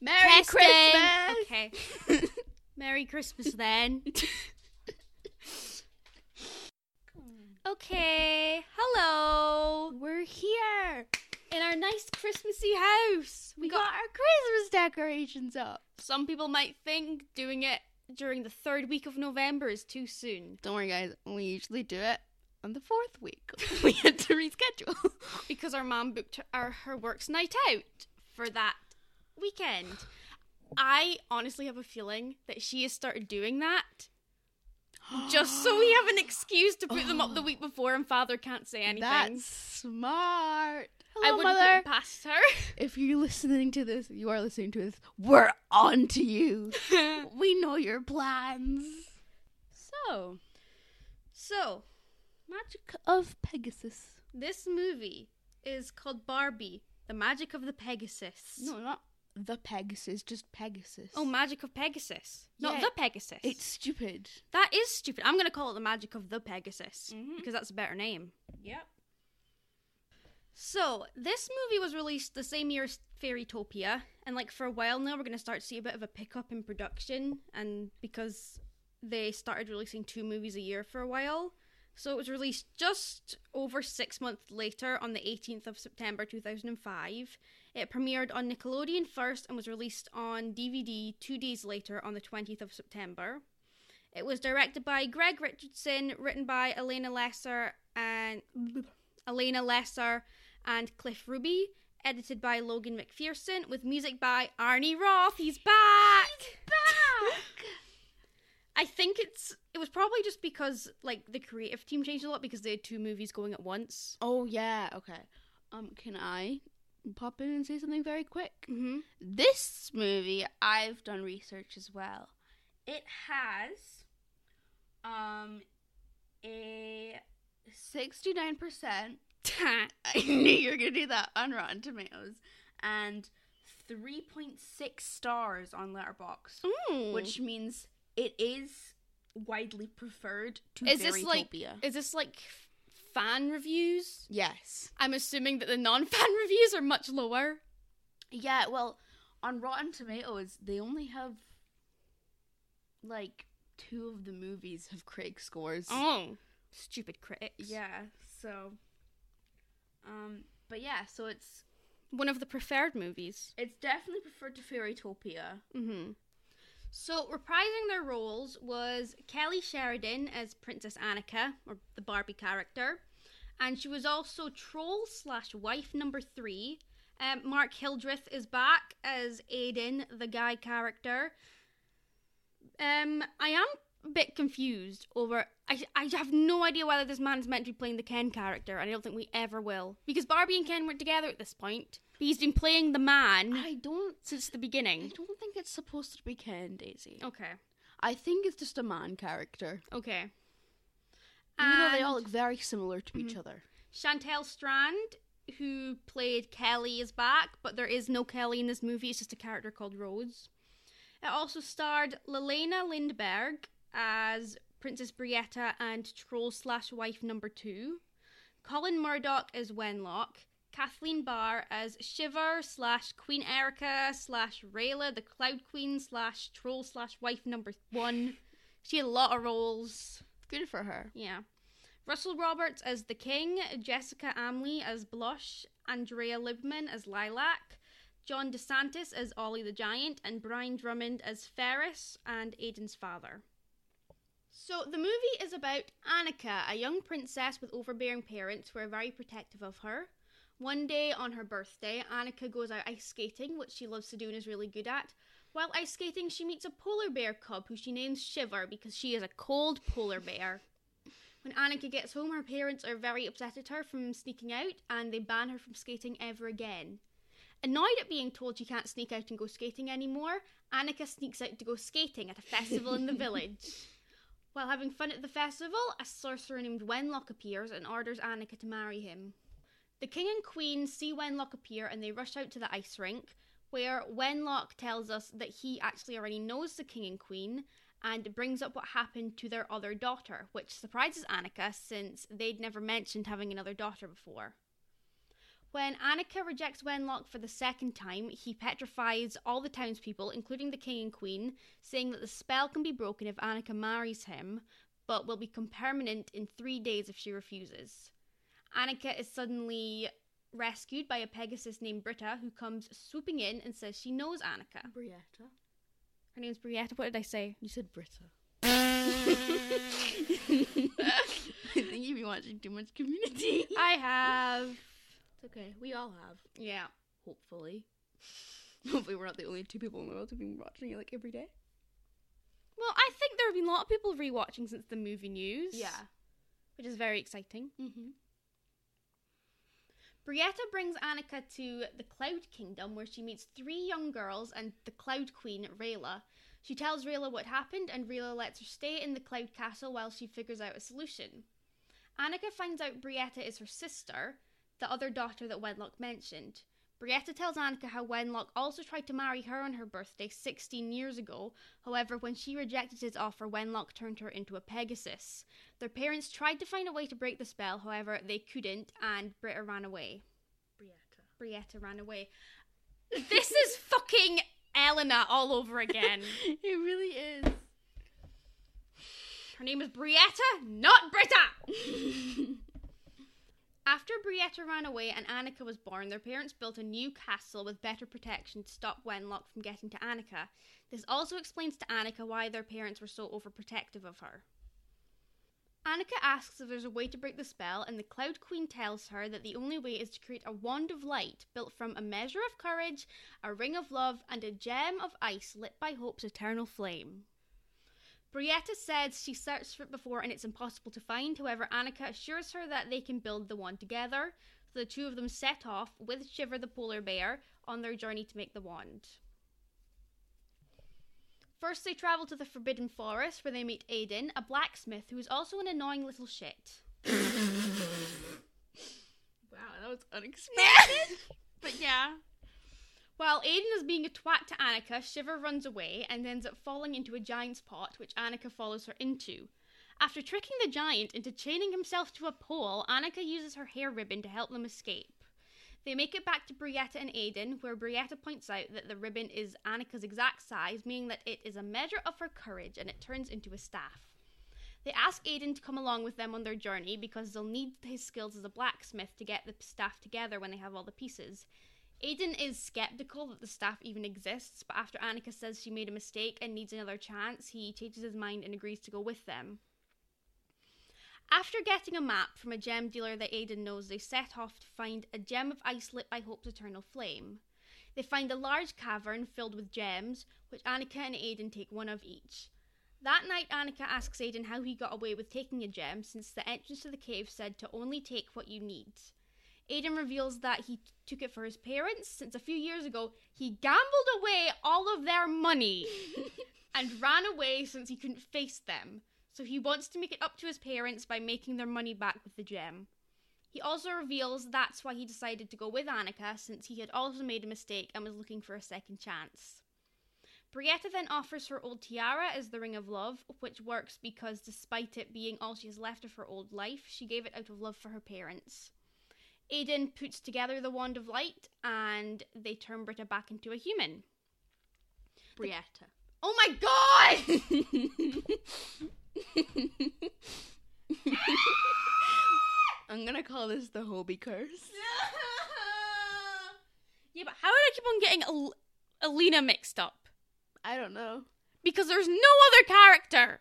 Merry Testing. Christmas. Okay. Merry Christmas then. okay. Hello. We're here. In our nice Christmassy house. We got our Christmas decorations up. Some people might think doing it during the third week of November is too soon Don't worry, guys. We usually do it on the fourth week. we had to reschedule. because our mom booked our her work's night out for that weekend. I honestly have a feeling that she has started doing that just so we have an excuse to put them up the week before and father can't say anything. That's smart. I Hello, wouldn't mother. put it past her. if you're listening to this, you are listening to this. We're on to you. we know your plans. so, so Magic of Pegasus. this movie is called Barbie: The Magic of the Pegasus. No, not the Pegasus, just Pegasus. Oh, Magic of Pegasus, not Yeah. the Pegasus. It's stupid. That is stupid. I'm going to call it the magic of the Pegasus Mhm. because that's a better name. Yep. So, this movie was released the same year as Fairytopia, and like for a while now, we're going to start to see a bit of a pickup in production, and because they started releasing two movies a year for a while. So, it was released just over six months later on the 18th of September 2005. It premiered on Nickelodeon first and was released on DVD two days later on the 20th of September. It was directed by Greg Richardson, written by Elena Lesser and Elena Lesser and Cliff Ruby, edited by Logan McPherson, with music by Arnie Roth. He's back. back. I think it's it was probably just because like the creative team changed a lot because they had two movies going at once. Oh yeah. Okay. Um, can I pop in and say something very quick? Mm-hmm. This movie, I've done research as well. It has, um, a sixty-nine percent. I knew you were gonna do that on Rotten Tomatoes, and three point six stars on Letterbox, Which which means it is widely preferred to Is this like- Fairytopia. is this like f- fan reviews? yes. I'm assuming that the non-fan reviews are much lower. Yeah, well, on Rotten Tomatoes, they only have like two of the movies have critic scores. Oh, stupid critics. Yeah, so um but yeah, so it's one of the preferred movies. it's definitely preferred to Fairytopia. Mm-hmm. So, reprising their roles was Kelly Sheridan as Princess Annika, or the Barbie character, and she was also troll slash wife number three. Um, Mark Hildreth is back as Aiden, the guy character. Um, I am a bit confused over. I, I have no idea whether this man is meant to be playing the Ken character, and I don't think we ever will. Because Barbie and Ken weren't together at this point. But he's been playing the man I don't since the I beginning. don't think it's supposed to be Ken Daisy. Okay. I think it's just a man character. Okay. You know they all And Mm-hmm. look very similar to each other. Chantel Strand, who played Kelly, is back, but there is no Kelly in this movie. It's just a character called Rose. It also starred Lelena Lindberg as Princess Brietta and troll slash wife number two. Colin Murdoch as Wenlock. Kathleen Barr as Shiver slash Queen Erica slash Rayla the Cloud Queen slash troll slash wife number one. She had a lot of roles. Good for her. Yeah. Russell Roberts as the King, Jessica Amley as Blush, Andrea Libman as Lilac, John DeSantis as Ollie the Giant, and Brian Drummond as Ferris and Aiden's father. So the movie is about Annika, a young princess with overbearing parents who are very protective of her. One day on her birthday, Annika goes out ice skating, which she loves to do and is really good at. While ice skating, she meets a polar bear cub who she names Shiver because she is a cold polar bear. When Annika gets home, her parents are very upset at her from sneaking out and they ban her from skating ever again. Annoyed at being told she can't sneak out and go skating anymore, Annika sneaks out to go skating at a festival in the village. While having fun at the festival, a sorcerer named Wenlock appears and orders Annika to marry him. The king and queen see Wenlock appear and they rush out to the ice rink, where Wenlock tells us that he actually already knows the king and queen and brings up what happened to their other daughter, which surprises Annika since they'd never mentioned having another daughter before. When Annika rejects Wenlock for the second time, he petrifies all the townspeople, including the king and queen, saying that the spell can be broken if Annika marries him, but will become permanent in three days if she refuses. Annika is suddenly rescued by a Pegasus named Britta, who comes swooping in and says she knows Annika. Brietta. Her name's Brietta. What did I say? You said Britta. I think you've been watching too much community. I have. It's okay. We all have. Yeah. Hopefully. Hopefully we're not the only two people in the world who've been watching it like every day. Well, I think there have been a lot of people rewatching since the movie news. Which is very exciting. Mm-hmm. Brietta brings Annika to the Cloud Kingdom where she meets three young girls and the Cloud Queen, Rayla. She tells Rayla what happened and Rayla lets her stay in the Cloud Castle while she figures out a solution. Annika finds out Brietta is her sister, the other daughter that Wenlock mentioned. Brietta tells Annika how Wenlock also tried to marry her on her birthday 16 years ago. However, when she rejected his offer, Wenlock turned her into a Pegasus. Their parents tried to find a way to break the spell, however, they couldn't, and Britta ran away. Brietta. Brietta ran away. This is fucking Elena all over again. It really is. Her name is Brietta, not Britta! After Brietta ran away and Annika was born, their parents built a new castle with better protection to stop Wenlock from getting to Annika. This also explains to Annika why their parents were so overprotective of her. Annika asks if there's a way to break the spell, and the Cloud Queen tells her that the only way is to create a wand of light built from a measure of courage, a ring of love, and a gem of ice lit by hope's eternal flame. Brietta says she searched for it before and it's impossible to find. However, Annika assures her that they can build the wand together. So the two of them set off with Shiver the polar bear on their journey to make the wand. First, they travel to the Forbidden Forest where they meet Aiden, a blacksmith who is also an annoying little shit. Wow, that was unexpected. but yeah. While Aiden is being a twat to Annika, Shiver runs away and ends up falling into a giant's pot, which Annika follows her into. After tricking the giant into chaining himself to a pole, Annika uses her hair ribbon to help them escape. They make it back to Brietta and Aiden, where Brietta points out that the ribbon is Annika's exact size, meaning that it is a measure of her courage and it turns into a staff. They ask Aiden to come along with them on their journey because they'll need his skills as a blacksmith to get the staff together when they have all the pieces. Aiden is skeptical that the staff even exists, but after Annika says she made a mistake and needs another chance, he changes his mind and agrees to go with them. After getting a map from a gem dealer that Aiden knows, they set off to find a gem of ice lit by hope's eternal flame. They find a large cavern filled with gems, which Annika and Aiden take one of each. That night, Annika asks Aiden how he got away with taking a gem, since the entrance to the cave said to only take what you need. Aiden reveals that he t- took it for his parents since a few years ago he gambled away all of their money and ran away since he couldn't face them. So he wants to make it up to his parents by making their money back with the gem. He also reveals that's why he decided to go with Annika since he had also made a mistake and was looking for a second chance. Brietta then offers her old tiara as the ring of love, which works because despite it being all she has left of her old life, she gave it out of love for her parents. Aiden puts together the wand of light and they turn Britta back into a human. Brietta. Oh my god! I'm gonna call this the Hobie curse. yeah, but how did I keep on getting Al- Alina mixed up? I don't know. Because there's no other character!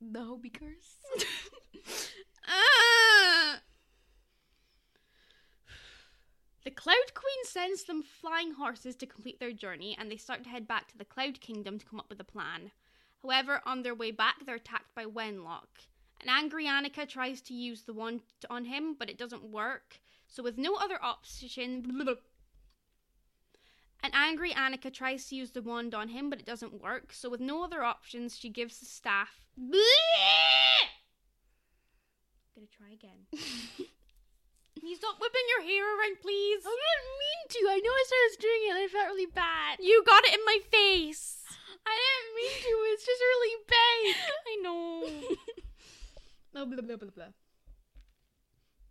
The Hobie curse? Ah. The Cloud Queen sends them flying horses to complete their journey, and they start to head back to the Cloud Kingdom to come up with a plan. However, on their way back, they're attacked by Wenlock. An angry Annika tries to use the wand on him, but it doesn't work. So, with no other option, an angry Annika tries to use the wand on him, but it doesn't work. So, with no other options, she gives the staff. Gonna try again. Can you stop whipping your hair around, please? I didn't mean to. I know I started doing it and I felt really bad. You got it in my face. I didn't mean to. It's just really bad. I know. oh, blah, blah, blah, blah.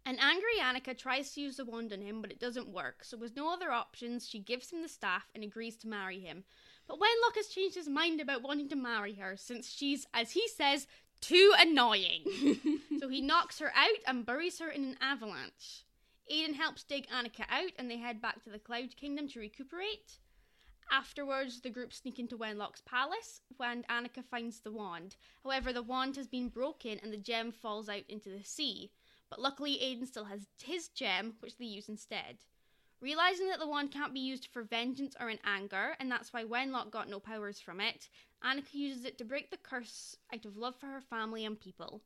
An angry Annika tries to use the wand on him, but it doesn't work, so with no other options, she gives him the staff and agrees to marry him. But Wenlock has changed his mind about wanting to marry her, since she's, as he says, too annoying. so he knocks her out and buries her in an avalanche. Aiden helps dig Annika out, and they head back to the Cloud Kingdom to recuperate. Afterwards, the group sneak into Wenlock's palace when Annika finds the wand. However, the wand has been broken and the gem falls out into the sea. But luckily, Aiden still has his gem, which they use instead. Realizing that the wand can't be used for vengeance or in anger, and that's why Wenlock got no powers from it, Annika uses it to break the curse out of love for her family and people.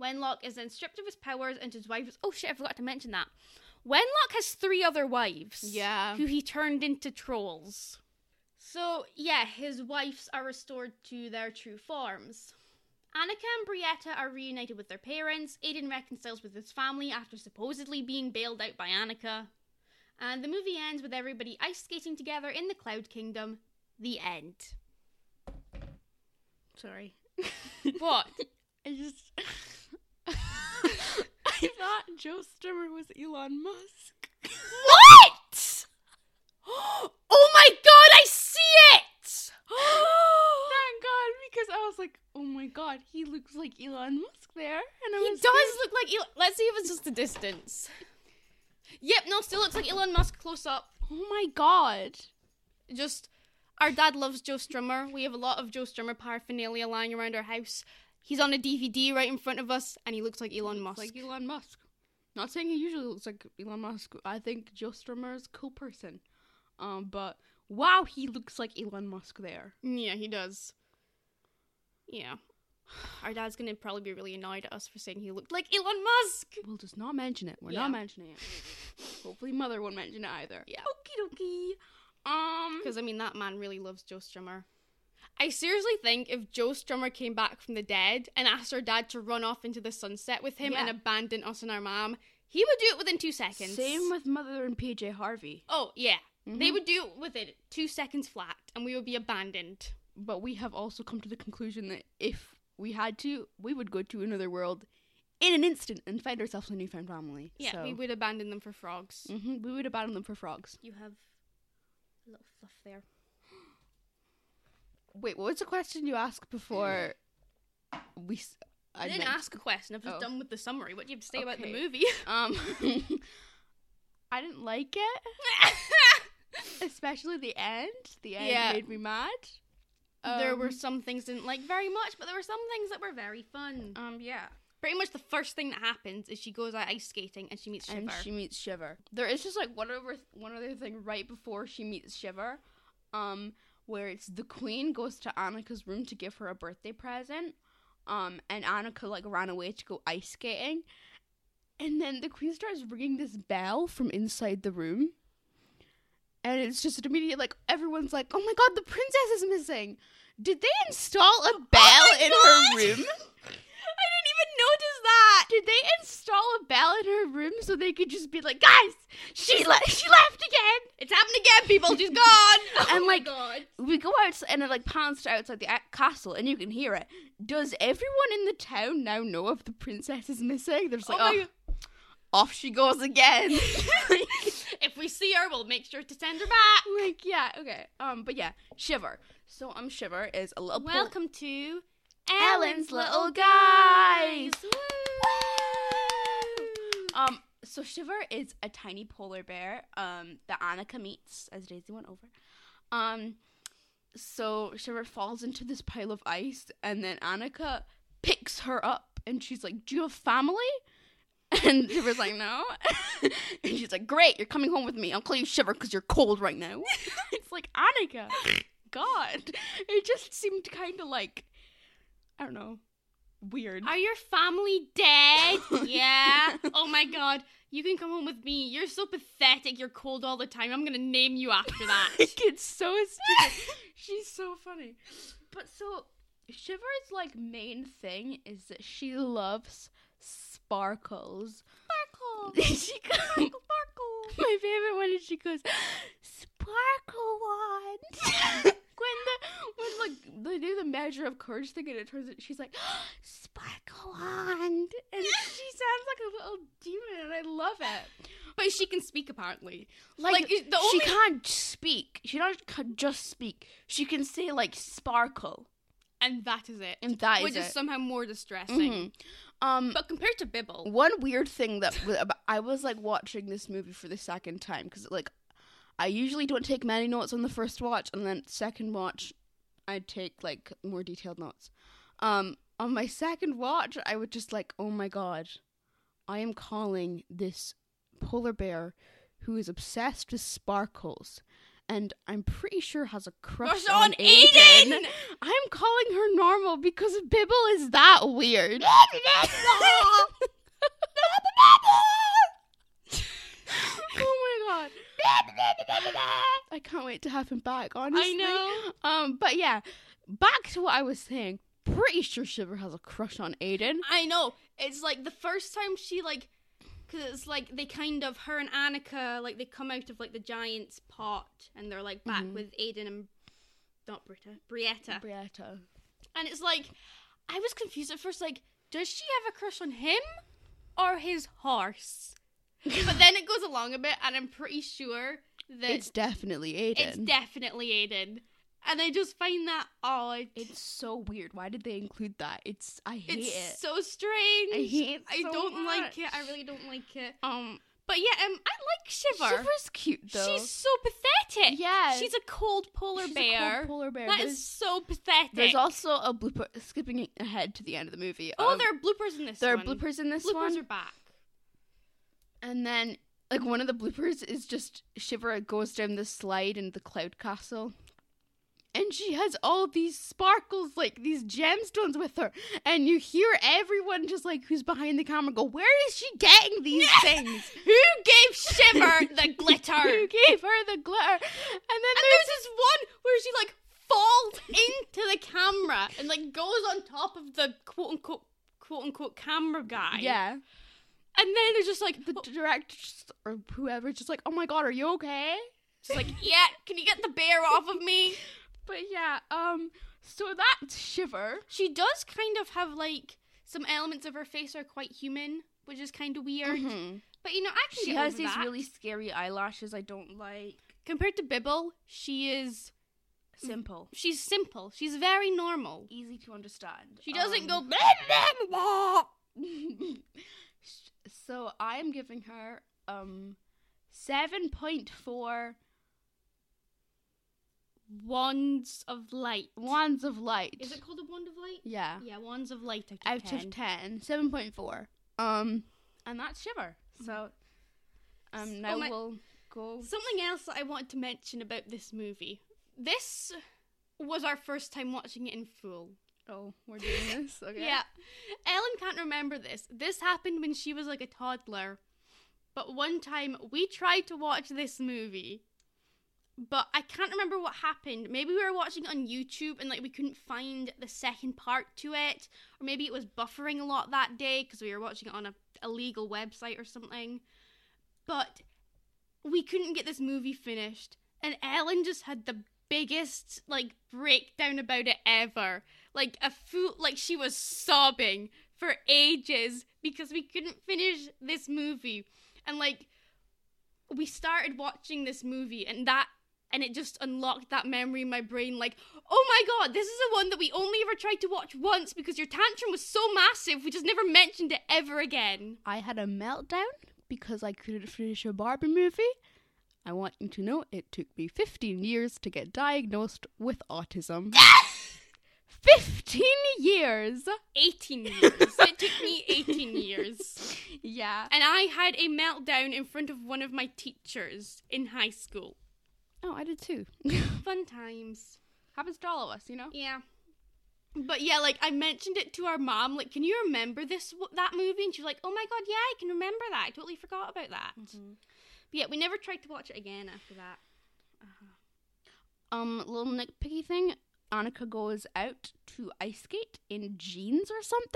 Wenlock is then stripped of his powers and his wife is. Oh shit, I forgot to mention that. Wenlock has three other wives. Yeah. Who he turned into trolls. So, yeah, his wives are restored to their true forms. Annika and Brietta are reunited with their parents. Aiden reconciles with his family after supposedly being bailed out by Annika. And the movie ends with everybody ice skating together in the Cloud Kingdom. The end. Sorry. What? I just. I thought Joe Strummer was Elon Musk. What? Oh my god, I see it! Thank God, because I was like, oh my God, he looks like Elon Musk there. And I He was does look like Elon. Let's see if it's just the distance. Yep, no, still looks like Elon Musk close up. Oh my God. Just, our dad loves Joe Strummer. We have a lot of Joe Strummer paraphernalia lying around our house. He's on a DVD right in front of us, and he looks like Elon Musk. Like Elon Musk. Not saying he usually looks like Elon Musk. I think Joe Strummer is a cool person. Um, but wow, he looks like Elon Musk there. yeah, he does. Yeah. Our dad's gonna probably be really annoyed at us for saying he looked like Elon Musk. We'll just not mention it. We're Yeah. not mentioning it. Hopefully, mother won't mention it either. Yeah. Okie dokie. Um. Because I mean, that man really loves Joe Strummer. I seriously think if Joe Strummer came back from the dead and asked our dad to run off into the sunset with him and Yeah. abandon us and our mom, he would do it within two seconds. Same with mother and PJ Harvey. Oh yeah, they Mhm. would do it within two seconds flat, and we would be abandoned. But we have also come to the conclusion that if we had to, we would go to another world in an instant and find ourselves a newfound family. Yeah, so, we would abandon them for frogs. Mhm, we would abandon them for frogs. Mm. You have a little fluff there. Wait, what was the question you asked before we? s- I, didn't meant- ask a question. I'm just Oh. done with the summary. What do you have to say about the Okay. movie? Um, I didn't like it, especially the end. The end Yeah. made me mad. there Um, were some things didn't like very much, but there were some things that were very fun. um, yeah, pretty much the first thing that happens is she goes out ice skating and she meets Shiver. and she meets Shiver. There is just like one other one other thing right before she meets Shiver, um, where it's the Queen goes to Annika's room to give her a birthday present, um, and Annika like ran away to go ice skating, and then the Queen starts ringing this bell from inside the room. And it's just an immediate like everyone's like, oh my god, the princess is missing. Did they install a bell my in God! her room? I didn't even notice that. Did they install a bell in her room so they could just be like, guys, she left, she left again? It's happened again, people. She's gone. Oh And, like, God. We go outside and it like pans to outside the a- castle and you can hear it. Does everyone in the town now know if the princess is missing? They're just like, Oh my oh, off she goes again. "Oh." if we see her, we'll make sure to send her back. like, yeah, okay. Um, but yeah, Shiver. So um, Shiver is a little pol- Welcome to Ellen's Little Guys. Woo. Um, so Shiver is a tiny polar bear um, that Annika meets as Daisy went over. Um, so Shiver falls into this pile of ice, and then Annika picks her up, and she's like, "Do you have family?" And Shiver's like, "No," and she's like, "Great, you're coming home with me. I'll call you Shiver because you're cold right now." it's like Annika, God, it just seemed kind of like, I don't know, weird. Are your family dead? yeah. Oh my god. You can come home with me. You're so pathetic. You're cold all the time. I'm gonna name you after that. it's so stupid. She's so funny. But so Shiver's like main thing is that she loves sparkles. Sparkle. she goes, Sparkle. Sparkle. my favorite one is she goes sparkle wand. when the when like they do the measure of courage thing, and it turns out she's like, Sparkle Wand! And she sounds like a little demon, and I love it. But she can speak apparently. Like, Like, it- the she only- can't speak. She not can just speak. She can say, like, sparkle. And that is it. And that is Which is it. somehow more distressing. Mhm. Um, But compared to Bibble, one weird thing that w- ab- I was like watching this movie for the second time because like I usually don't take many notes on the first watch and then second watch I take like more detailed notes. Um on my second watch I was just like oh my god I am calling this polar bear who is obsessed with sparkles and I'm pretty sure has a crush Crush on, on Aiden. Aiden! I'm calling her normal because Bibble is that weird. oh my god. I can't wait to have him back, honestly. I know. Um, but yeah, back to what I was saying. Pretty sure Shiver has a crush on Aiden. I know. It's like the first time she like, because it's like they kind of her and Annika like they come out of like the giant's pot and they're like back Mhm. with Aiden and not Britta, Brietta, Brietta. and it's like I was confused at first. Like, does she have a crush on him or his horse? but then it goes along a bit, and I'm pretty sure that It's it's, definitely Aiden. definitely Aiden. And I just find that odd. It's so weird. Why did they include that? It's I hate it's it. so strange. I hate it I so don't like it. I much. really don't like it. um But yeah, um, I like Shiver. Shiver's cute though. She's so pathetic. Yeah. she's a cold polar She's a cold bear. polar bear. That There's- is so pathetic. There's also a blooper skipping ahead to the end of the movie. oh, um, there are bloopers in this. there are one. bloopers in this Bloopers one, are back. and then like one of the bloopers is just Shiver goes down the slide in the cloud castle, and she has all these sparkles like these gemstones with her, and you hear everyone just like who's behind the camera go, "Where is she getting these things?" Who gave Shiver the glitter? Who and gave her the glitter? And then there's this one where she like falls into the camera and like goes on top of the quote unquote quote unquote camera guy. there's yeah, And then they're just like, the director just- or whoever's just like, "Oh my god, are you okay?" just like, yeah, can you get the bear off of me? But yeah, um, so that's Shiver. She does kind of have like some elements of her face are quite human, which is kind of weird. Mm-hmm. But you know, I can She get has over these that. really scary eyelashes I don't like. compared to Bibble, she is Simple. she's simple. She's very normal. Easy to understand. She doesn't Um, go. "Blah, blah, blah." so I am giving her um 7.4 Wands of light. wands of light. Is it called a wand of light? yeah. Yeah, wands of light. I Out of 10. 7.4. Um and that's Shiver. So So um now oh my- we'll go Something else that I wanted to mention about this movie. This was our first time watching it in full. Oh, we're doing this. Okay. Yeah. Ellen can't remember this. This happened when she was like a toddler. But one time we tried to watch this movie. But I can't remember what happened. Maybe we were watching it on YouTube and like we couldn't find the second part to it. Or maybe it was buffering a lot that day because we were watching it on a illegal website or something. But we couldn't get this movie finished. And Ellen just had the biggest like breakdown about it ever like a fool like she was sobbing for ages because we couldn't finish this movie and like we started watching this movie and that and it just unlocked that memory in my brain like oh my god this is the one that we only ever tried to watch once because your tantrum was so massive we just never mentioned it ever again I had a meltdown because I couldn't finish a Barbie movie. I want you to know it took me 15 years to get diagnosed with autism. 15 years! 18 years it took me 18 years Yeah. and i had a meltdown in front of one of my teachers in high school Oh, I did too. fun times Happens to all of us, you know? Yeah. But yeah, like I mentioned it to our mom. Like, can you remember this that movie? And she was like, "Oh my god, yeah, I can remember that. I totally forgot about that." But yeah, we never tried to watch it again after that. Um, little nitpicky thing Annika goes out to ice skate in jeans or something.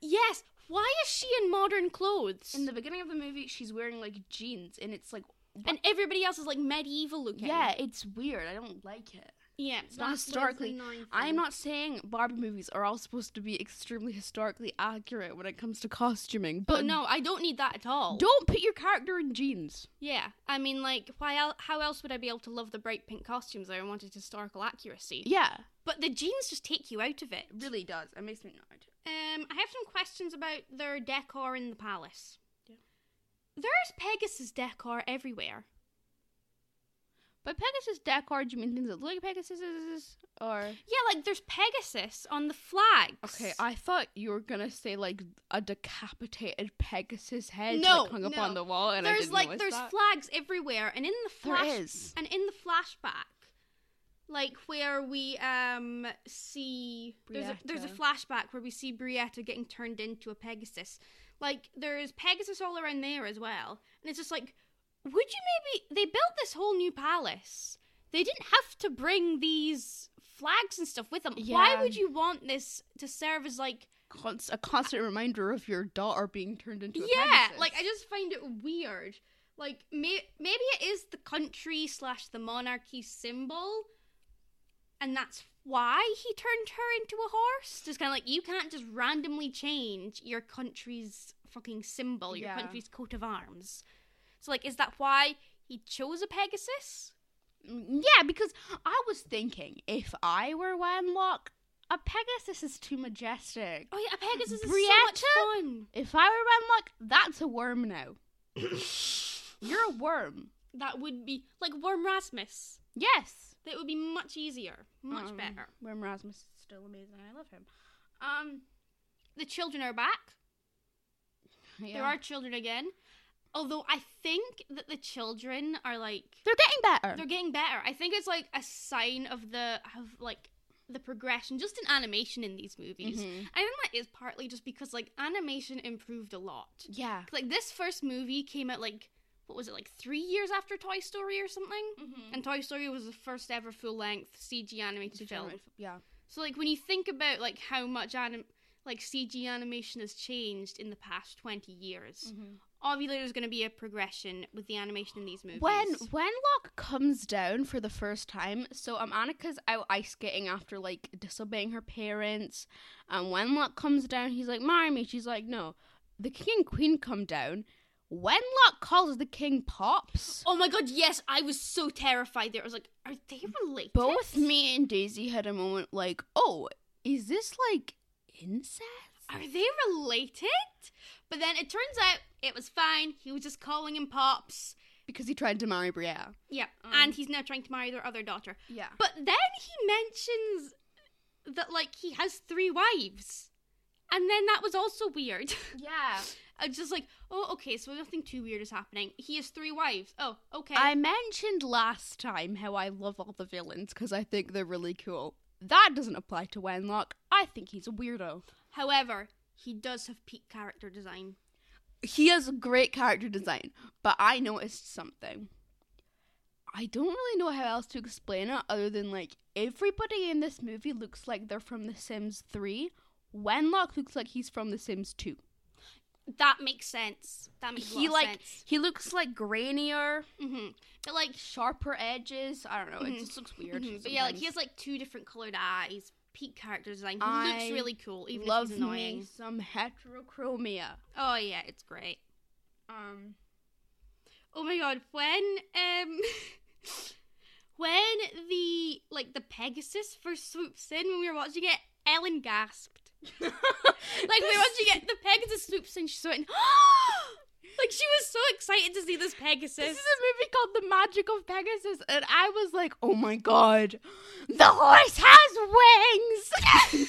Yes. Why is she in modern clothes? In the beginning of the movie, she's wearing like jeans and it's like. and everybody else is like medieval looking. Yeah, it's weird. I don't like it. Yeah, It's not that's what historically- annoying for I'm me. not saying Barbie movies are all supposed to be extremely historically accurate when it comes to costuming, But but Oh, no, I don't need that at all. don't put your character in jeans. Yeah, I mean, like, why? El- how else would I be able to love the bright pink costumes that I wanted historical accuracy? Yeah, But the jeans just take you out of it. really does. It makes me annoyed. Um, I have some questions about their decor in the palace. Yeah. There's Pegasus decor everywhere. By Pegasus decor, do you mean things that look like Pegasus or? Yeah, like there's Pegasus on the flags. Okay, I thought you were gonna say like a decapitated Pegasus head No, like, hung up no. on the wall, and I there's didn't like notice there's that. flags everywhere, and in the flash there is. and in the flashback, like where we um see there's a, there's a Brietta. flashback where we see Brietta getting turned into a Pegasus. Like there's Pegasus all around there as well, and it's just like, would you maybe they built this whole new palace? They didn't have to bring these flags and stuff with them. Why Yeah. would you want this to serve as like Const- a constant reminder of your daughter being turned into a yeah, Pegasus. like I just find it weird. Like may- maybe it is the country slash the monarchy symbol, and that's why he turned her into a horse. Just kind of like you can't just randomly change your country's fucking symbol, your Yeah. country's coat of arms. So like, is that why he chose a Pegasus? Mm, Yeah, because I was thinking if I were Wenlock, a Pegasus is too majestic. Oh yeah, a Pegasus is so much Brietta? fun. If I were Wenlock, that's a worm now. You're a worm. That would be like Worm Rasmus. Yes. That would be much easier, much Um, better. Worm Rasmus is still amazing. I love him. Um, The children are back. yeah. There are children again. Although I think that the children are like They're getting better. they're getting better. I think it's like a sign of the of like the progression just in animation in these movies. Mhm. I think that is partly just because like animation improved a lot. Yeah. Like this first movie came out like what was it like 3 years after Toy Story or something? And Toy Story was the first ever full-length CG animated film. Yeah. So like when you think about like how much anim- like CG animation has changed in the past 20 years obviously there's going to be a progression with the animation in these movies. When Wenlock comes down for the first time, so um Annika's out ice skating after like disobeying her parents, and Wenlock comes down, he's like, Marry me. She's like, No. The king and queen come down. Wenlock calls the king Pops. Oh my god, yes, I was so terrified there. I was like, are they related? Both me and Daisy had a moment like, Oh, is this like incest? Are they related? But then it turns out it was fine. He was just calling him Pops. Because he tried to marry Brienne. Yeah. Um. and he's now trying to marry their other daughter. Yeah. But then he mentions that like he has three wives. And then that was also weird. Yeah. I was just like, oh, okay, so nothing too weird is happening. He has three wives. Oh, okay. I mentioned last time how I love all the villains because I think they're really cool. That doesn't apply to Wenlock. I think he's a weirdo. However, he does have peak character design. He has great character design, but I noticed something. I don't really know how else to explain it other than like everybody in this movie looks like they're from The Sims 3. Wenlock looks like he's from The Sims 2. That makes sense. That makes a lot He of like sense. he looks like grainier, hmm But like, sharper edges. I don't know. It Mhm. just looks weird. mhm, but yeah, like sometimes. he has like two different colored eyes. Peak character design. He I looks really cool, even love if he's annoying. me some heterochromia. Oh yeah, it's great. Um, Oh my god, when um, when the like the Pegasus first swoops in when we were watching it, Ellen gasped. like Like we were watching it, the Pegasus swoops in. She went, like she was so excited to see this Pegasus. This is a movie called The Magic of Pegasus, and I was like, "Oh my god, the horse has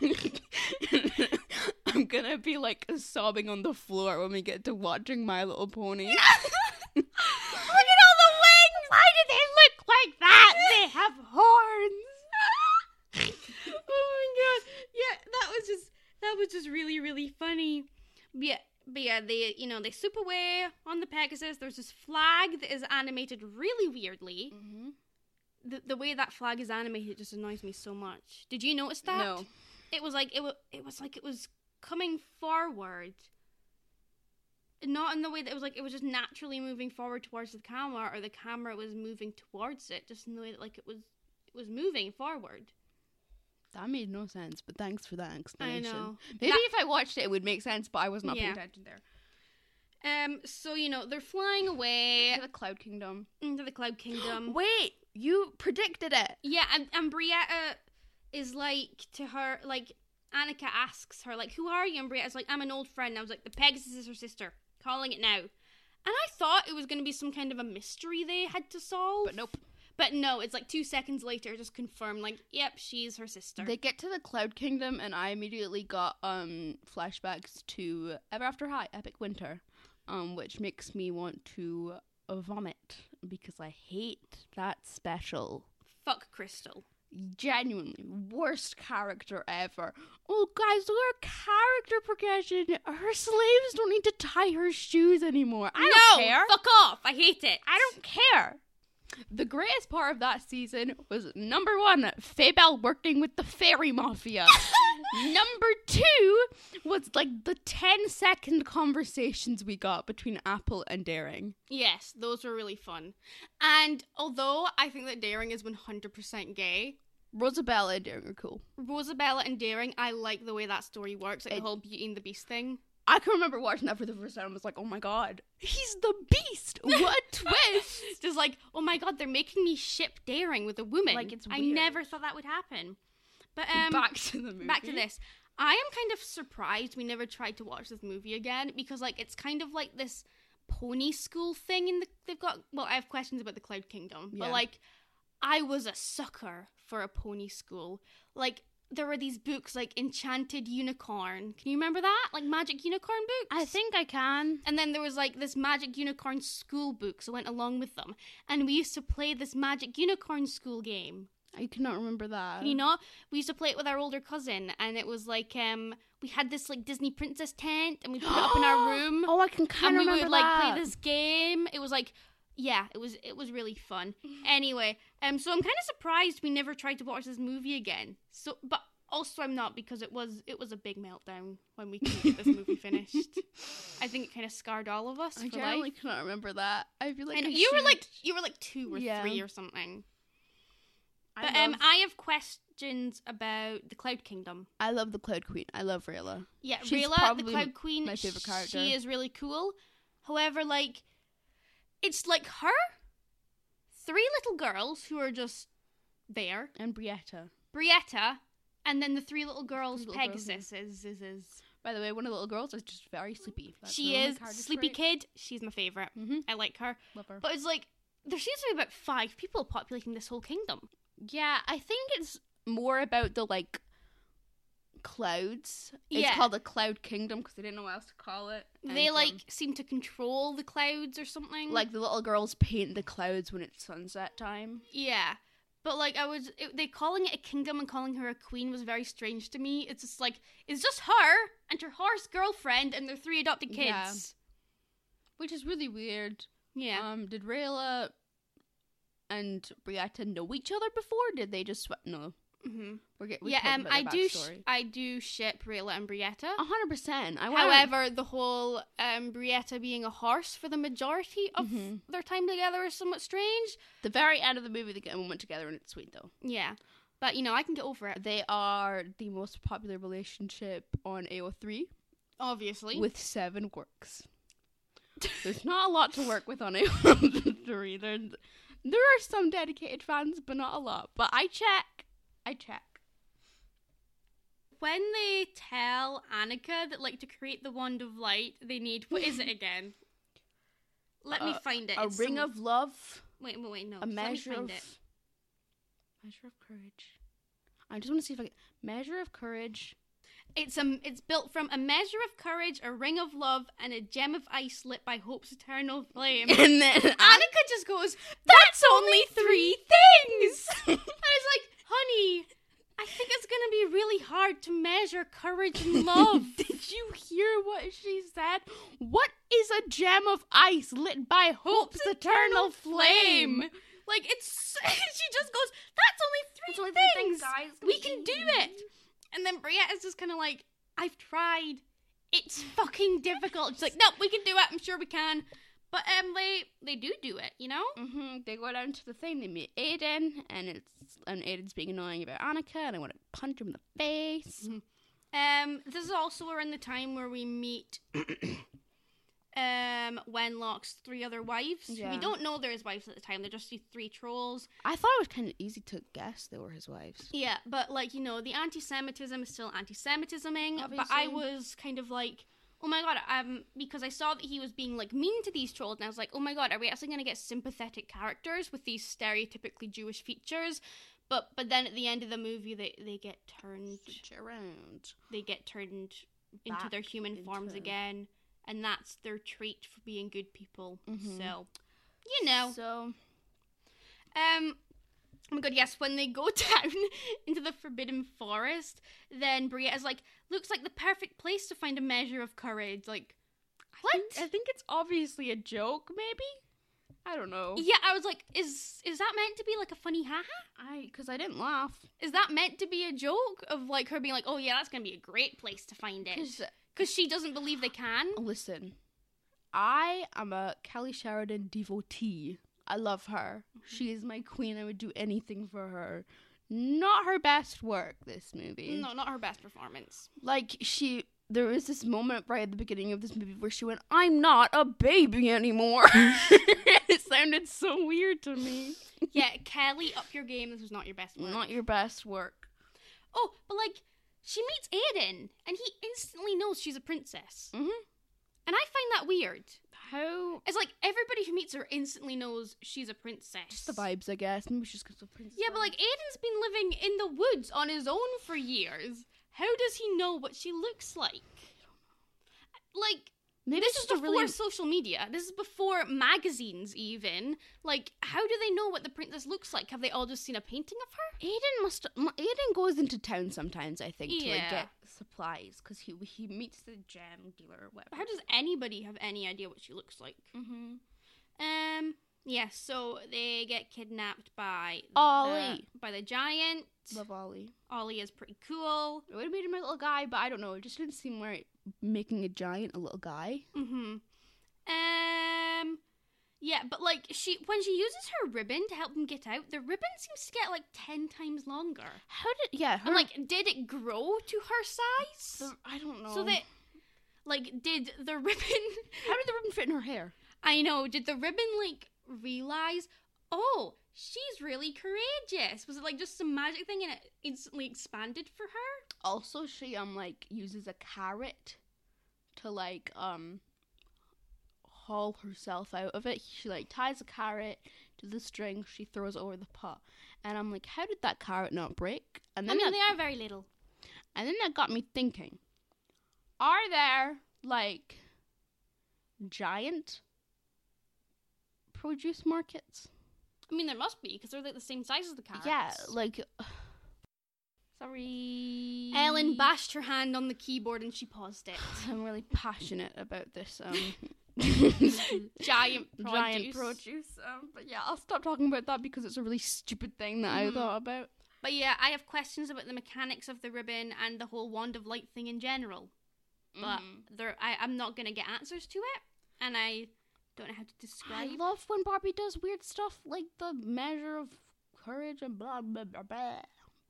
wings!" I'm gonna be like sobbing on the floor when we get to watching My Little Pony. Look at all the wings! Why do they look like that? They have horns. oh my god yeah that was just that was just really really funny But yeah but yeah they you know they swoop away on the pegasus there's this flag that is animated really weirdly mm-hmm. the, the way that flag is animated just annoys me so much did you notice that No. it was like it was it was like it was coming forward not in the way that it was like it was just naturally moving forward towards the camera or the camera was moving towards it just in the way that like it was was moving forward. That made no sense, but thanks for that I explanation. know. Maybe That- if I watched it, it would make sense, but I was not Yeah. paying attention there. Um, so you know they're flying away To the Cloud Kingdom. into the Cloud Kingdom. Wait, you predicted it. yeah, and, and Brietta is like to her like Annika asks her like, "Who are you?" And Brietta's like, "I'm an old friend." And I was like, "The Pegasus is her sister." Calling it now. And I thought it was going to be some kind of a mystery they had to solve. But nope. But no, it's like two seconds later, just confirmed, like, yep, she's her sister. They get to the Cloud Kingdom, and I immediately got um flashbacks to Ever After High, Epic Winter, um, which makes me want to vomit because I hate that special. Fuck Crystal. Genuinely, worst character ever. Oh, guys, look at her character progression. Her slaves don't need to tie her shoes anymore. I no, don't care. fuck off. I hate it. I don't care. The greatest part of that season was number one, Fabel working with the fairy mafia. number two was like the 10 second conversations we got between Apple and Daring. Yes, those were really fun. And although I think that Daring is 100% gay, Rosabella and Daring are cool. Rosabella and Daring, I like the way that story works, like It- the whole Beauty and the Beast thing. I can remember watching that for the first time. I was like, oh my god, he's the beast. What a twist. It's just like, oh my god, they're making me ship Daring with a woman. Like, it's I weird. never thought that would happen. But um, back to the movie. back to this. I am kind of surprised we never tried to watch this movie again because like it's kind of like this pony school thing in the they've got well, I have questions about the Cloud Kingdom. Yeah. But like I was a sucker for a pony school. Like there were these books like Enchanted Unicorn. Can you remember that? Like Magic Unicorn books? I think I can. And then there was like this magic unicorn school books that went along with them. And we used to play this magic unicorn school game. I cannot remember that. You know, we used to play it with our older cousin, and it was like um we had this like Disney princess tent, and we put it up in our room, Oh, I can kind and of we remember would that. like play this game. It was like, yeah, it was it was really fun. anyway, um, so I'm kind of surprised we never tried to watch this movie again. So, but also I'm not because it was it was a big meltdown when we couldn't get this movie finished. I think it kind of scarred all of us I for life. generally cannot remember that. I feel like and I you were should. like you were like two or Yeah. three or something. I But love, um, I have questions about the Cloud Kingdom. I love the Cloud Queen. I love Rayla. Yeah, She's Rayla, the probably Cloud Queen, my favorite character. she is really cool. However, like, it's like her, three little girls who are just there, And Brietta. Brietta, and then the three little girls, little girls, Pegasus. is, is, is. By the way, one of the little girls is just very sleepy. That's She her only is character Sleepy trait. Kid. She's my favorite. Mhm. I like her. Love her. But it's like, there seems to be about five people populating this whole kingdom. yeah, I think it's more about the like clouds. Yeah. It's called the Cloud Kingdom because they didn't know what else to call it. they, And, like, um, seem to control the clouds or something. like the little girls paint the clouds when it's sunset time. Yeah, but like I was, it, they calling it a kingdom and calling her a queen was very strange to me. It's just like it's just her and her horse girlfriend and their three adopted Yeah. kids. Which is really weird. Yeah, Um, did Rayla and Brietta know each other before? Did they just sw- no? hmm We're get, we yeah. Um, I do, sh- A I do ship Rayla and Brietta. hundred percent. Oh, I wanna- However, the whole um, Brietta being a horse for the majority of Mhm. their time together is somewhat strange. the very end of the movie, they get went together, and it's sweet though. Yeah, but you know I can get over it. They are the most popular relationship on AO3 Obviously, with seven works. There's not a lot to work with on AO3. There, there are some dedicated fans, but not a lot. But I check. I check. when they tell Annika that like to create the wand of light, they need what is it again? Let me Uh, find it. A It's ring some- of love. wait, wait, wait, no. a Oh, just let me measure find of it. measure of courage. I just want to see if I can measure of courage. It's um, it's built from a measure of courage, a ring of love, and a gem of ice lit by hope's eternal flame. And then Annika just goes, "That's only three things," and it's like, honey. I think it's gonna be really hard to measure courage and love. Did you hear what she said? What is a gem of ice lit by hope's eternal flame? Like it's she just goes, That's only three That's only three things, things. guys. We can do it. And then Briette is just kinda like, I've tried. It's fucking difficult. She's like, No, we can do it, I'm sure we can. But um they they do do it, you know? Mm-hmm. hmm They go down to the thing. They meet Aiden, and it's Aiden's and Aiden's being annoying about Annika, and I want to punch him in the Mm-hmm. face. Um, this is also around the time where we meet um Wenlock's three other wives. who Yeah. We don't know they're his wives at the time. They're just these three trolls. I thought it was kind of easy to guess they were his wives. Yeah, but like you know, the anti-Semitism is still anti-Semitisming. But I Obviously. was kind of like, oh my god, um, because I saw that he was being like mean to these trolls, and I was like, oh my god, are we actually going to get sympathetic characters with these stereotypically Jewish features? But but then at the end of the movie, they they get turned Around. they get turned into Back their human into forms them. again, and that's their trait for being good people. Mhm. So, you know, So um, oh my god, yes, when they go down into the forbidden forest, then Briette's like, looks like the perfect place to find a measure of courage. Like, I think- What? I think it's obviously a joke, maybe. I don't know. yeah, I was like, is is that meant to be like a funny haha? I because I didn't laugh. Is that meant to be a joke of like her being like, oh yeah, that's gonna be a great place to find it, 'Cause, Oh, because she doesn't believe they can. listen, I am a Kelly Sheridan devotee. I love her. Mm-hmm. She is my queen. I would do anything for her. Not her best work. This movie. No, not her best performance. like she there was this moment right at the beginning of this movie where she went i'm not a baby anymore it sounded so weird to me yeah, Kelly, up your game. This was not your best one. not your best work oh, but like, she meets Aiden, and he instantly knows she's a princess. Mhm. And I find that weird. how It's like everybody who meets her instantly knows she's a princess. just the vibes i guess maybe she's because of princess Yeah, but like Aiden's been living in the woods on his own for years. How does he know what she looks like? Like, maybe this it's is just a before really social media. This is before magazines, even. Like, how do they know what the princess looks like? Have they all just seen a painting of her? aiden must m- aiden goes into town sometimes i think to like Yeah. get supplies because he he meets the gem dealer or whatever How does anybody have any idea what she looks like? mm-hmm. Um. Yeah. So they get kidnapped by Ollie. the, by the giant. love ollie Ollie is pretty cool. it would have made him a little guy but i don't know it just didn't seem right making a giant a little guy Mhm. Um. Yeah, but like she when she uses her ribbon to help them get out, the ribbon seems to get like ten times longer. how did yeah her And like, did it grow to her size? The- I don't know. so that, like, did the ribbon? how did the ribbon fit in her hair? I know. Did the ribbon like realize? Oh, she's really courageous. Was it like just some magic thing and it instantly expanded for her? Also, she um like uses a carrot to like um haul herself out of it. She like ties a carrot to the string she throws over the pot, and I'm like, how did that carrot not break? And I then mean, that, they are very little. and then that got me thinking: Are there like giant produce markets? I mean, there must be because they're like the same size as the carrots. Yeah, like sorry. Ellen bashed her hand on the keyboard and she paused it. I'm really passionate about this um Giant produce. giant produce. Um, but yeah, I'll stop talking about that because it's a really stupid thing that I Mhm. thought about. But yeah, I have questions about the mechanics of the ribbon and the whole wand of light thing in general. But Mm-hmm. there, I, I'm not gonna get answers to it, and I don't know how to describe. I love when Barbie does weird stuff like the measure of courage and blah blah blah. blah.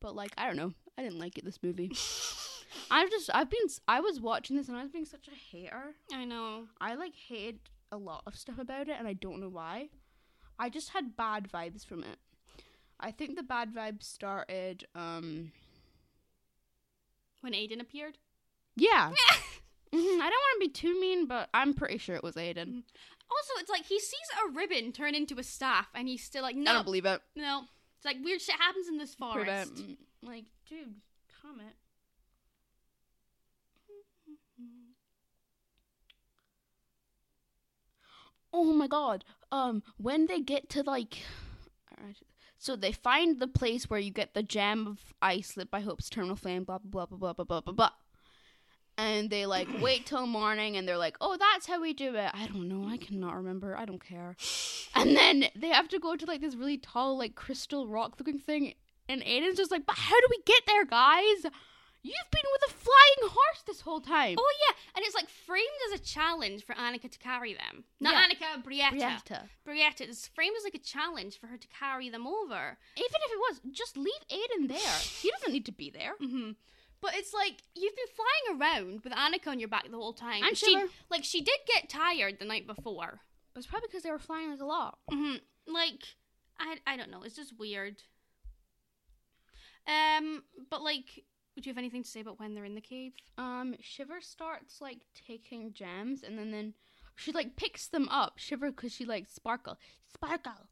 But like, I don't know. I didn't like it this movie. I've just I've been s- I was watching this and I was being such a hater. I know. I like hated a lot of stuff about it, and I don't know why. I just had bad vibes from it. I think the bad vibes started. um When Aiden appeared, Yeah. Mhm, I don't want to be too mean, but I'm pretty sure it was Aiden. Also, it's like he sees a ribbon turn into a staff, and he's still like, I no, don't believe it. no. It's like weird shit happens in this Prove forest. it. Mm, Like, dude, comment. Oh my god. Um, when they get to like, alright. so they find the place where you get the gem of ice lit by hope's terminal flame. Blah blah blah blah blah blah blah. blah. And they like wait till morning, and they're like, "Oh, that's how we do it." I don't know. I cannot remember. I don't care. And then they have to go to like this really tall, like crystal rock looking thing, and Aiden's just like, "But how do we get there, guys?" You've been with a flying horse this whole time. Oh yeah, and it's like framed as a challenge for Annika to carry them. Not Yeah. Annika, Brietta. Brietta. Brietta. It's framed as like a challenge for her to carry them over. Even if it was, just leave Aiden there. he doesn't need to be there. hmm But it's like you've been flying around with Annika on your back the whole time. I'm And she sure. like she did get tired the night before. But it's probably because they were flying like a lot. hmm Like I I don't know. It's just weird. Um, but like, do you have anything to say about when they're in the cave? Um, Shiver starts like taking gems, and then then she like picks them up. Shiver because she likes sparkle, sparkle.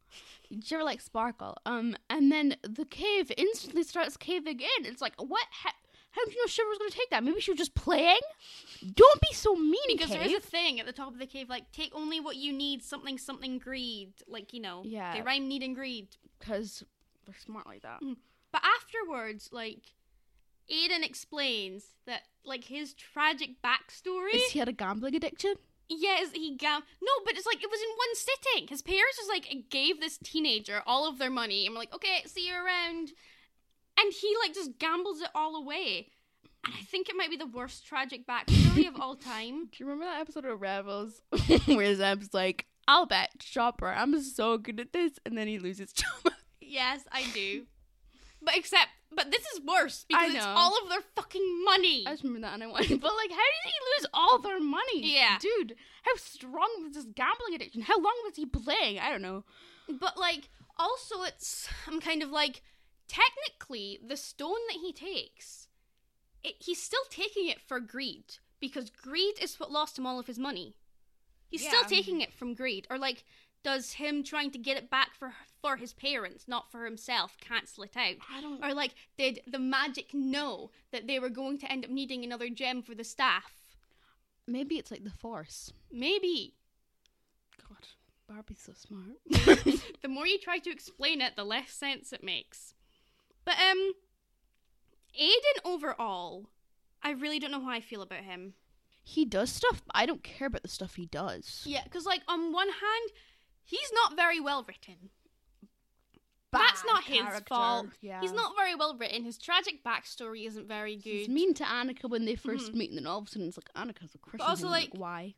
Shiver likes sparkle. Um, and then the cave instantly starts caving in. It's like what? How, how did you know Shiver was gonna take that? Maybe she was just playing. Don't be so mean, Because cave. there is a thing at the top of the cave, like take only what you need, something something greed, like you know, Yeah. they rhyme need and greed. because they're smart like that. But afterwards, like Aiden explains that like his tragic backstory. Is he had a gambling addiction? Yes, he gam. No, but it's like it was in one sitting. His parents just like gave this teenager all of their money, and were like, "Okay, see you around," and he like just gambles it all away. And I think it might be the worst tragic backstory of all time. Do you remember that episode of Rebels where Zeb's like, "I'll bet Chopper, I'm so good at this," and then he loses Chopper. Yes, I do. But except, but this is worse because it's know. all of their fucking money. I just remember that and I wanted, but like, how did he lose all their money? Yeah. Dude, how strong was this gambling addiction? How long was he playing? I don't know. But like, also, it's I'm kind of like, technically, the stone that he takes, it, he's still taking it for greed because greed is what lost him all of his money. He's still Yeah. taking it from greed, or like, does him trying to get it back for for his parents, not for himself, cancel it out? I don't Or like, did the magic know that they were going to end up needing another gem for the staff? Maybe it's like the force. Maybe. God, Barbie's so smart. the more you try to explain it, the less sense it makes. But um Aiden overall, I really don't know how I feel about him. he does stuff, but I don't care about the stuff he does. Yeah, because like on one hand, he's not very well written. That's Bad not his character. fault. Yeah. He's not very well written. His tragic backstory isn't very good. Mm-hmm. He's mean to Annika when they 1st meet, and then all of a sudden it's like Annika's a Christian. also, and I'm like- why?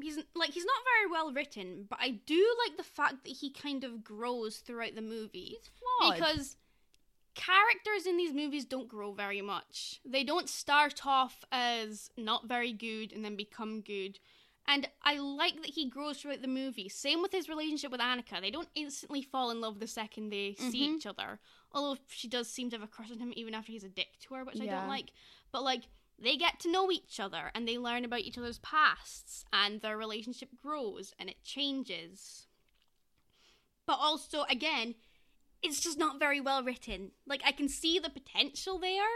he's like he's not very well written, but I do like the fact that he kind of grows throughout the movie. flawed. because characters in these movies don't grow very much. They don't start off as not very good and then become good. And I like that he grows throughout the movie. Same with his relationship with Annika. They don't instantly fall in love the second they see Mhm. each other. Although she does seem to have a crush on him even after he's a dick to her, which I Yeah. don't like. But like they get to know each other and they learn about each other's pasts and their relationship grows and it changes. But also again, it's just not very well written. Like I can see the potential there.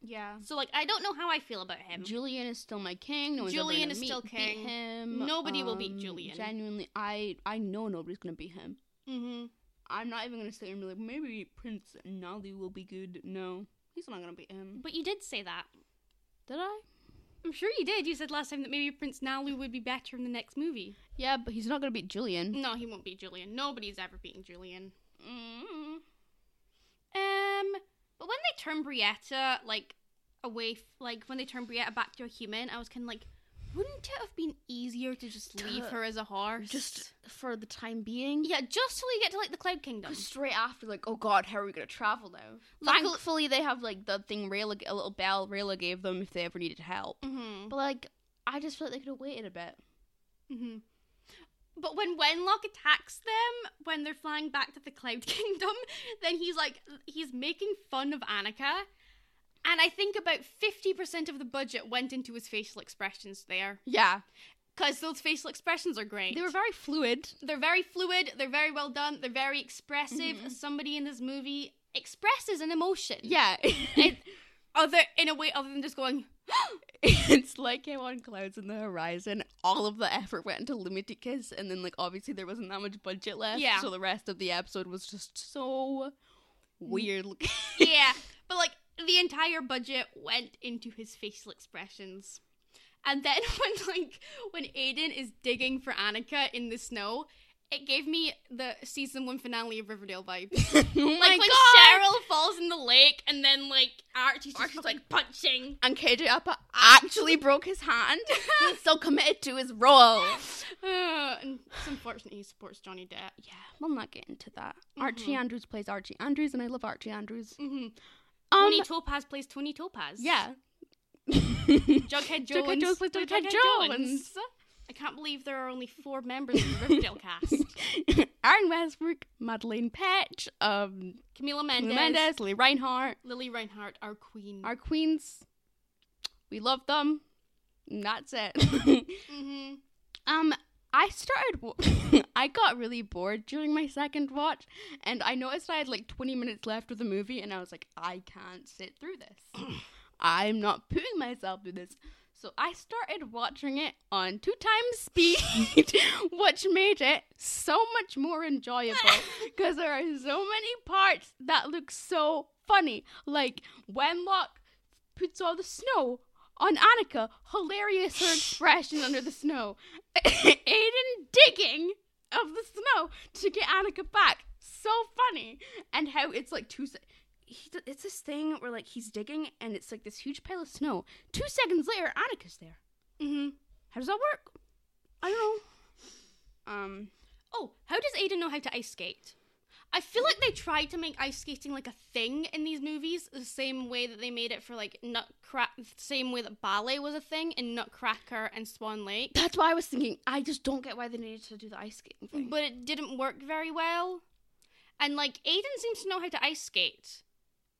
yeah. So like I don't know how I feel about him. Julian is still my king. No one's ever Julian gonna is meet- still beat king. him. Um, Nobody will beat Julian. Genuinely, I I know nobody's gonna beat him. hmm I'm not even gonna sit here and be like, maybe Prince Nali will be good. No, he's not gonna beat him. But you did say that. Did I? I'm sure you did. You said last time that maybe Prince Nalu would be better in the next movie. Yeah, but he's not gonna beat Julian. No, he won't beat Julian. Nobody's ever beaten Julian. mm Um, but when they turn Brietta like away, f- like when they turn Brietta back to a human, I was kind of like, wouldn't it have been easier to just leave To- her as a horse? Just for the time being. yeah, just till we get to like the Cloud Kingdom. Straight after, like, oh god, how are we gonna travel now? Luckily- Thankfully, they have like the thing Rayla, a little bell Rayla gave them if they ever needed help. Mm-hmm. But like, I just feel like they could have waited a bit. hmm But when Wenlock attacks them when they're flying back to the Cloud Kingdom, then he's like, he's making fun of Annika. And I think about 50% of the budget went into his facial expressions there. Yeah, Because those facial expressions are great. they were very fluid. they're very fluid, they're very well done, they're very expressive. Mhm. Somebody in this movie expresses an emotion. Yeah, It, other in a way other than just going, it's like him on clouds in the horizon. All of the effort went into Lumiticus, and then like obviously there wasn't that much budget left. Yeah. So the rest of the episode was just so weird. looking. yeah, but like the entire budget went into his facial expressions. And then when like when Aiden is digging for Annika in the snow, It gave me the season one finale of Riverdale vibes. oh like when Cheryl falls in the lake and then like Archie's just Archie's like punching. and KJ Apa actually broke his hand. He's so committed to his role. Uh, and it's unfortunate he supports Johnny Depp. Yeah, we'll not get into that. Archie Mhm. Andrews plays Archie Andrews, and I love Archie Andrews. Mm-hmm. Um, Tony Topaz plays Tony Topaz. yeah. Jughead Jones. Jughead Jones plays Jughead Jones. I can't believe there are only four members of the Riverdale cast. Aaron Westbrook, Madeline Petch, um, Camila Mendes, Mendes, Mendes Lee Reinhart, Lily Reinhardt, our queen. our queens. We love them. And that's it. hmm Um, I started. wa- I got really bored during my second watch, and I noticed I had like 20 minutes left of the movie, and I was like, I can't sit through this. I'm not putting myself through this. So I started watching it on two times speed, which made it so much more enjoyable because there are so many parts that look so funny. Like when Locke puts all the snow on Annika, hilarious her expression under the snow. Aiden digging of the snow to get Annika back. So funny. And how it's like two. Se- he, d- it's this thing where like he's digging and it's like this huge pile of snow. Two seconds later, Annika's there. hmm How does that work? Mm-hmm. I don't know. Um, Oh, how does Aiden know how to ice skate? I feel like they tried to make ice skating like a thing in these movies, the same way that they made it for like Nutcracker, same way that ballet was a thing in Nutcracker and Swan Lake. that's why I was thinking. I just don't get why they needed to do the ice skating thing. but it didn't work very well. And like Aiden seems to know how to ice skate.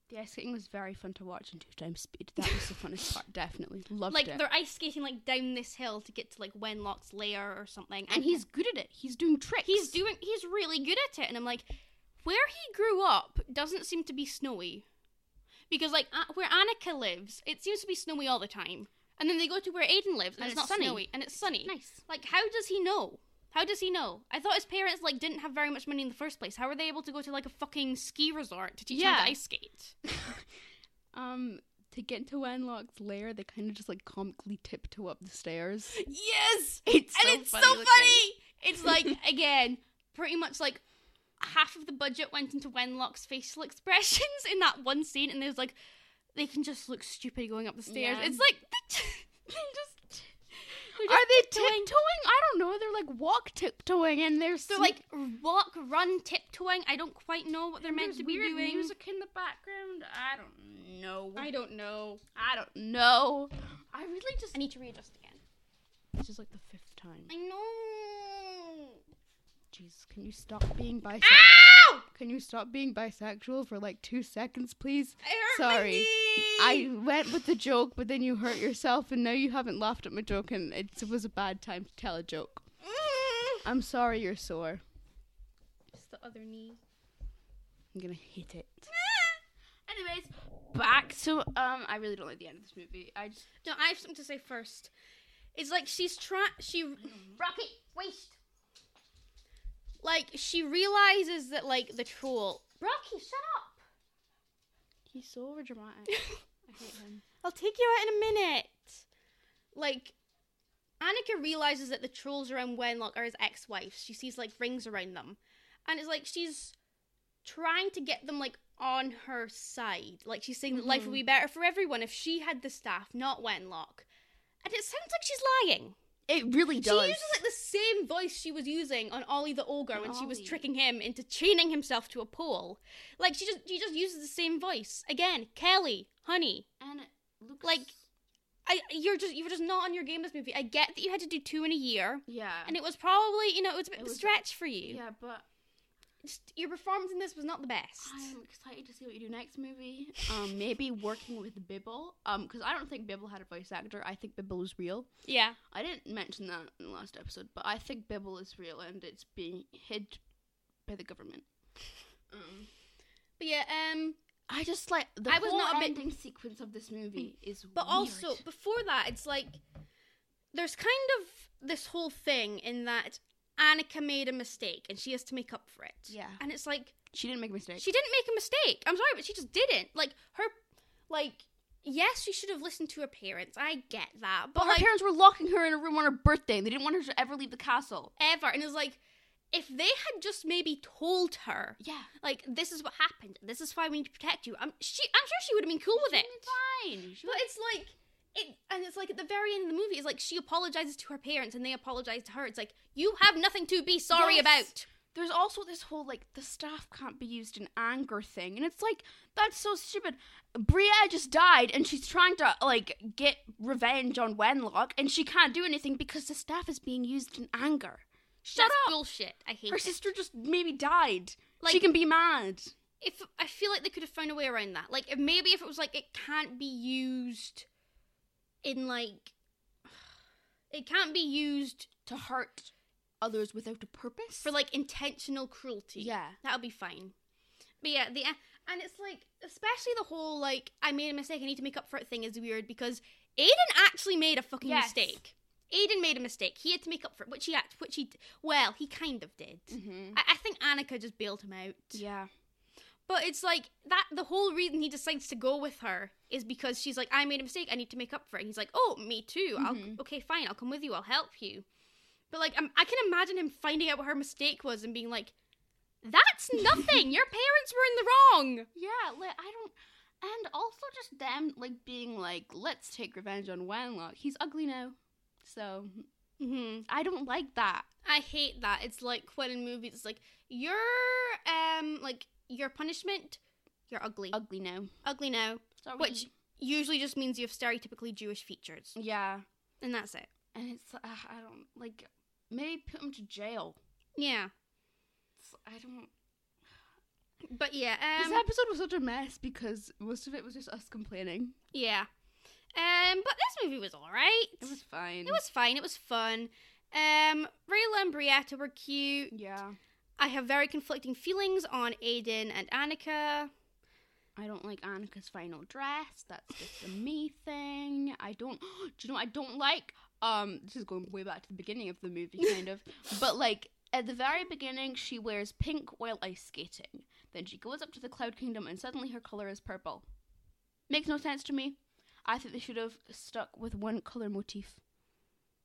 the ice skating was very fun to watch in two times speed. That was the funnest part, definitely. Loved Like it. they're ice skating like down this hill to get to like Wenlock's lair or something. and he's good at it. He's doing tricks. he's doing he's really good at it and I'm like where he grew up doesn't seem to be snowy. Because like a where Annika lives, it seems to be snowy all the time. And then they go to where Aiden lives and, it's, not sunny. snowy and it's sunny. nice. Like how does he know? How does he know? I thought his parents like didn't have very much money in the first place. How were they able to go to like a fucking ski resort to teach him how Yeah. to ice skate? Um, to get into Wenlock's lair, they kind of just like comically tiptoe up the stairs. Yes, It's and it's so funny. It's like again, pretty much like half of the budget went into Wenlock's facial expressions in that one scene, and there's like they can just look stupid going up the stairs. Yeah. It's like they just, just they're Are just they tiptoeing. tiptoeing? I don't know. They're like walk tiptoeing, and they're They're so like walk, run, tiptoeing. I don't quite know what they're meant to be weird doing. music in the background. I don't know. I, don't know. don't know. I really just I need to readjust again. This is like the fifth time. I know. Jeez, can you stop being bisexual? Ow! Can you stop being bisexual for like two seconds, please? I hurt my Sorry. knee. I went with the joke, but then you hurt yourself, and now you haven't laughed at my joke, and it was a bad time to tell a joke. Mm. I'm sorry you're sore. It's the other knee. I'm gonna hit it. Anyways, back to um. I really don't like the end of this movie. I just No, I have something to say first. It's like she's trying. She rocket waste. Like she realizes that like the troll. Rocky, shut up. he's so overdramatic. I hate him. I'll take you out in a minute. Like, Annika realizes that the trolls around Wenlock are his ex-wives. She sees like rings around them, and it's like she's trying to get them like on her side. Like she's saying that life would be better for everyone if she had the staff, not Wenlock. And it sounds like she's lying. It really does. She uses like the same voice she was using on Ollie the ogre On when she was Ollie. tricking him into chaining himself to a pole. Like she just she just uses the same voice again. Kelly, honey, and it looks like- I you're just you were just not on your game this movie. I get that you had to do two in a year, yeah, and it was probably you know it was a bit It of a was- stretch for you. yeah. But Just, your performance in this was not the best. I'm excited to see what you do next movie. Um, maybe working with Bibble. Um, because I don't think Bibble had a voice actor. I think Bibble was real. Yeah, I didn't mention that in the last episode, but I think Bibble is real and it's being hid by the government. Um, but yeah, um, I just like the I was whole not a bit- ending sequence of this movie is But weird. also before that, it's like there's kind of this whole thing in that Annika made a mistake and she has to make up for it. Yeah. And it's like she didn't make a mistake. she didn't make a mistake. I'm sorry, but she just didn't. Like her like yes, she should have listened to her parents. I get that. But, but her like parents were locking her in a room on her birthday and they didn't want her to ever leave the castle. ever and it's like if they had just maybe told her, Yeah. like, this is what happened, this is why we need to protect you, I'm, she, I'm sure she would have been cool with it. She's fine. She But it's like it, and it's like at the very end of the movie, it's like she apologizes to her parents and they apologize to her. It's like you have nothing to be sorry Yes. about. there's also this whole like the staff can't be used in anger thing and it's like that's so stupid Bria just died and she's trying to like get revenge on Wenlock and she can't do anything because the staff is being used in anger shut That's up bullshit. I hate her it. sister just maybe died she Like- can be mad If I feel like they could have found a way around that, like if maybe if it was like it can't be used in like it can't be used to hurt others without a purpose for like intentional cruelty. yeah that'll be fine. But yeah, the and it's like especially the whole like I made a mistake, I need to make up for it thing is weird because Aiden actually made a fucking Yes. mistake. Aiden made a mistake. He had to make up for it, which he act, which he d- well, he kind of did. mm-hmm. I, I think Annika just bailed him out. yeah But it's like that the whole reason he decides to go with her is because she's like, I made a mistake, I need to make up for it. And he's like, Oh, me too. Mhm. I'll okay, fine, I'll come with you, I'll help you. But like I'm, I can imagine him finding out what her mistake was and being like, That's nothing. Your parents were in the wrong. Yeah, like I don't, and also just them like being like, let's take revenge on Wenlock. He's ugly now, so hmm I don't like that. I hate that. It's like when in movies it's like your um like your punishment, you're ugly. Ugly now. ugly now. Sorry. Which usually just means you have stereotypically Jewish features. yeah, And that's it. and it's uh, I don't like maybe put him to jail. Yeah. It's- I don't. But yeah, um this episode was such a mess because most of it was just us complaining. Yeah. Um, but this movie was alright. It was fine. It was fine. It was fun. Um, Rayla and Brietta were cute. Yeah, I have very conflicting feelings on Aiden and Annika. I don't like Annika's final dress. That's just a me thing. I don't. Do you know? what I don't like. Um, this is going way back to the beginning of the movie, kind of. But like at the very beginning, she wears pink while ice skating. Then she goes up to the Cloud Kingdom, and suddenly her color is purple. Makes no sense to me. I think they should have stuck with one color motif.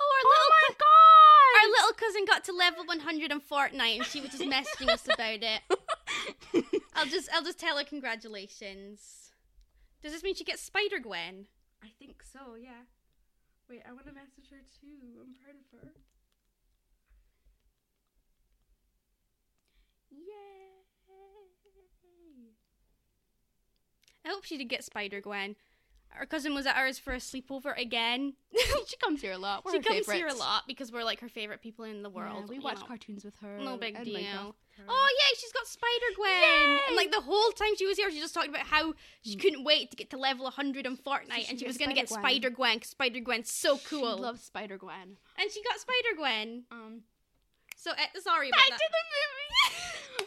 Oh, our Oh my little god! our little cousin got to level 100 on Fortnite, and she was just messaging us about it. I'll just I'll just tell her congratulations. Does this mean she gets Spider Gwen? I think so. Yeah. Wait, I want to message her too. I'm proud of her. Yay! I hope she did get Spider Gwen. Our cousin was at ours for a sleepover again. she comes here a lot. We're she her comes here a favorites. lot because we're like her favorite people in the Yeah, world. we you watch know. cartoons with her. No big and deal. Minecraft with her. Oh yeah, she's got Spider Gwen. Yay! Mm. And like the whole time she was here, she just talked about how she couldn't wait to get to level 100 on Fortnite, she and she got was gonna get Spider-Gwen. Spider Gwen because Spider Gwen's so cool. She loves Spider Gwen. and she got Spider Gwen. Um, So uh, sorry about back that. to the movie.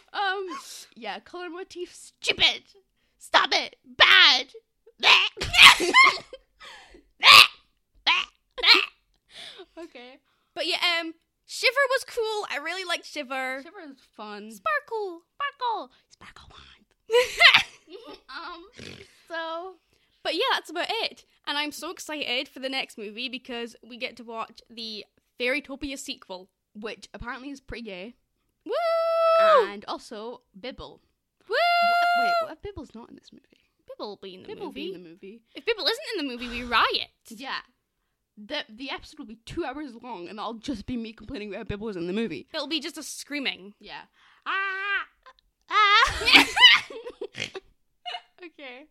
um, yeah, color motif, stupid. Stop it. Bad. Bleh. Bleh. Bleh. Bleh. okay. But yeah, um, Shiver was cool. I really liked Shiver. Shiver is fun. Sparkle. Sparkle. Sparkle wand. um, so But yeah, that's about it. And I'm so excited for the next movie because we get to watch the Fairytopia sequel. which apparently is pretty gay, Woo! and also Bibble. Woo! Wait, what if Bibble's not in this movie? Bibble will be in the Bibble movie. be in the movie. If Bibble isn't in the movie, we riot. Yeah. The the episode will be two hours long, and that'll just be me complaining about Bibble was in the movie. It'll be just a screaming. Yeah. Ah. Ah. okay.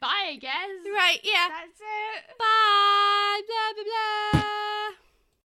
Bye. I guess. Right, yeah. That's it. Bye, blah, blah, blah.